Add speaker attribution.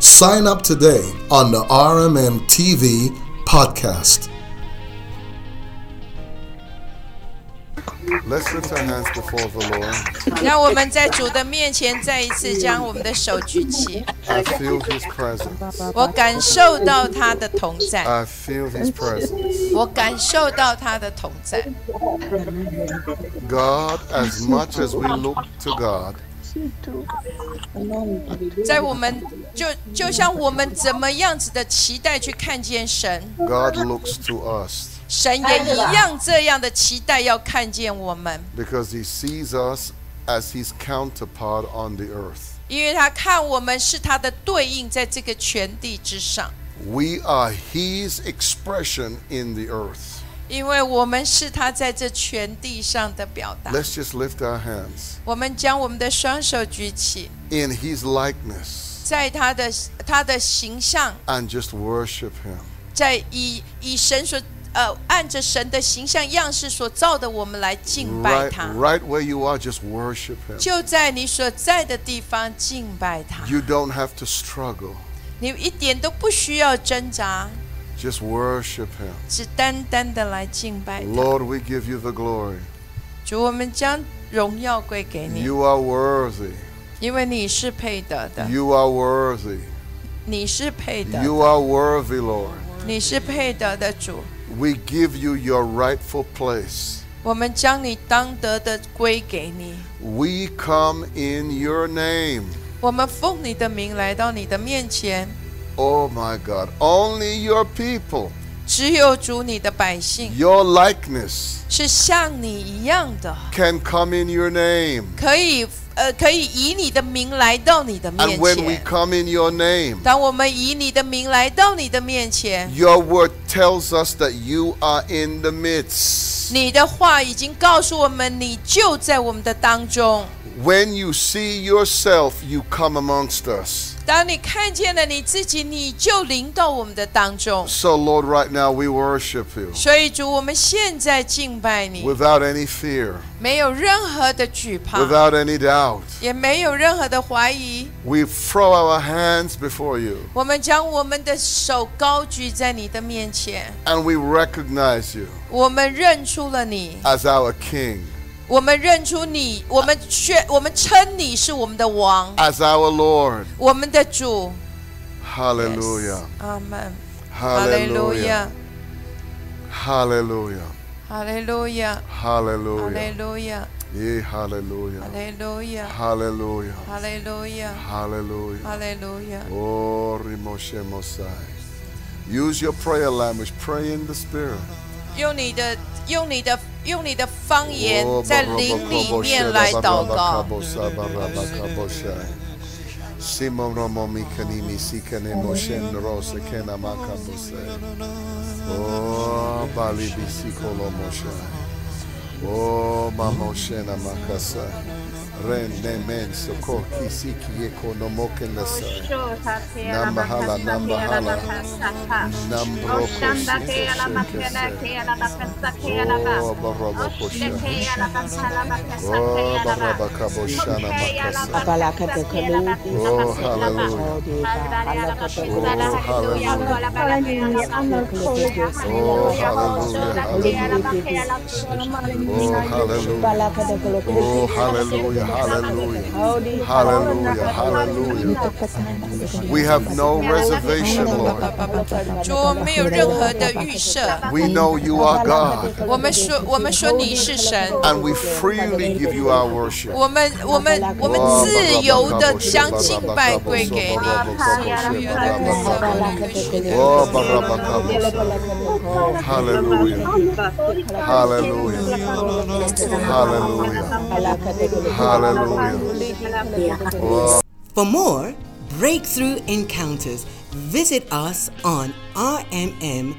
Speaker 1: sign up today on the RMM TV podcast.
Speaker 2: Let's lift our hands before the Lord.
Speaker 3: 让我们在主的面前再一次将我们的手举起，
Speaker 2: I feel His presence.
Speaker 3: 我感受到他的同在，
Speaker 2: I feel His presence.
Speaker 3: 我感受到他的同在。
Speaker 2: God, as much as we look to God,
Speaker 3: 在我们就就像我们怎么样子的期待去看见神，
Speaker 2: God looks to us
Speaker 3: 神也一样这样的期待要看见我们，
Speaker 2: because He sees us as His counterpart on the earth.
Speaker 3: 因为他看我们是他的对应，在这个全地之上，
Speaker 2: We are His expression in the earth.
Speaker 3: 因为我们是他在这全地上的表达。
Speaker 2: Let's just lift our hands
Speaker 3: 我们将我们的双手举起，
Speaker 2: in His likeness
Speaker 3: 在他的他的形象。
Speaker 2: and just worship Him.
Speaker 3: 在以以神所呃按着神的形象样式所造的我们来敬拜
Speaker 2: Right,
Speaker 3: 他，
Speaker 2: right where you are, just worship Him.
Speaker 3: 就在你所在的地方敬拜他，
Speaker 2: You don't have to struggle.
Speaker 3: 你一点都不需要挣扎，
Speaker 2: Just worship Him.
Speaker 3: 只单单的来敬拜他。
Speaker 2: Lord, we give you the glory.
Speaker 3: 主，我们将荣耀归给你，
Speaker 2: You are worthy.
Speaker 3: 因为你是配得的，
Speaker 2: You are worthy.
Speaker 3: 你是配得，
Speaker 2: You are worthy, Lord.
Speaker 3: 你是配得的主。
Speaker 2: We give you your rightful place.
Speaker 3: 我们将你当得的归给你，
Speaker 2: We come in your name.
Speaker 3: 我们奉你的名来到你的面前，
Speaker 2: Oh my God. Only your people,
Speaker 3: 只有主你的百姓。
Speaker 2: your likeness,
Speaker 3: 是像你一样的，
Speaker 2: can come in your name.
Speaker 3: 可以呃，可以以你的名来到你的
Speaker 2: And
Speaker 3: 面
Speaker 2: when we
Speaker 3: 前。
Speaker 2: come in your name,
Speaker 3: 当我们以你的名来到你的面前，
Speaker 2: your word tells us that you are in the midst.
Speaker 3: 你的话已经告诉我们，你就在我们的当中。
Speaker 2: When you see yourself, you come amongst us.
Speaker 3: 当你看见了你自己，你就临到我们的当中。
Speaker 2: So, Lord, right now we worship you
Speaker 3: 所以主，我们现在敬拜你，
Speaker 2: without any fear,
Speaker 3: 没有任何的惧怕，
Speaker 2: without any doubt.
Speaker 3: 也没有任何的怀疑。
Speaker 2: We throw our hands before you
Speaker 3: 我们将我们的手高举在你的面前，
Speaker 2: and we recognize you
Speaker 3: 我们认出了你。
Speaker 2: as our King,
Speaker 3: 我们认出你，我们宣，我们称你是我们的王，
Speaker 2: as our Lord.
Speaker 3: 我们的主。
Speaker 2: Hallelujah.
Speaker 3: 阿门。哈利路
Speaker 2: Hallelujah.
Speaker 3: 亚，
Speaker 2: Hallelujah.
Speaker 3: 哈利路亚，哈利
Speaker 2: Hallelujah.
Speaker 3: 路亚，
Speaker 2: Yeah,
Speaker 3: 哈
Speaker 2: hallelujah.
Speaker 3: 利路亚，
Speaker 2: Hallelujah.
Speaker 3: 哈利路亚，
Speaker 2: Hallelujah.
Speaker 3: 哈利路亚。
Speaker 2: Oh, Rimoshe Mosai. Use your prayer language. Pray in the Spirit.
Speaker 3: 用你的，用你的，用你的方言
Speaker 2: Oh,
Speaker 3: 在
Speaker 2: Barobo
Speaker 3: 灵里
Speaker 2: Kobo
Speaker 3: 面来
Speaker 2: Sheba
Speaker 3: 祷
Speaker 2: Baraba
Speaker 3: 告。
Speaker 2: Kabo Saba Baraba Kabo Shai. Simo Romo Mikanimi Sikane Moshen Rose Kena Makabo Sai. Oh, Bali Bisikolo Moshai. Oh, Mamo Shena Makasa. Rende Men Soko Kisiki Eko no Mokena Sai.
Speaker 4: Namahala,
Speaker 2: Namahala. Nambro Oh, Barobo Koshai. Oh, Baraba Kabo Shana Makasa. Oh, hallelujah. Oh, hallelujah, Oh, hallelujah. Oh, hallelujah, hallelujah. Hallelujah, hallelujah. We have no reservation, Lord.
Speaker 3: 主，我们没有任何的预设，
Speaker 2: We know you are God,
Speaker 3: 我们说，我们说你是神，
Speaker 2: and we freely give you our worship.
Speaker 3: 我们，我们，我们自由的将敬拜归给你。
Speaker 2: Oh, Barabakabos. Hallelujah, hallelujah, hallelujah, hallelujah. Oh,
Speaker 5: For more breakthrough encounters, Visit us on rmm.live.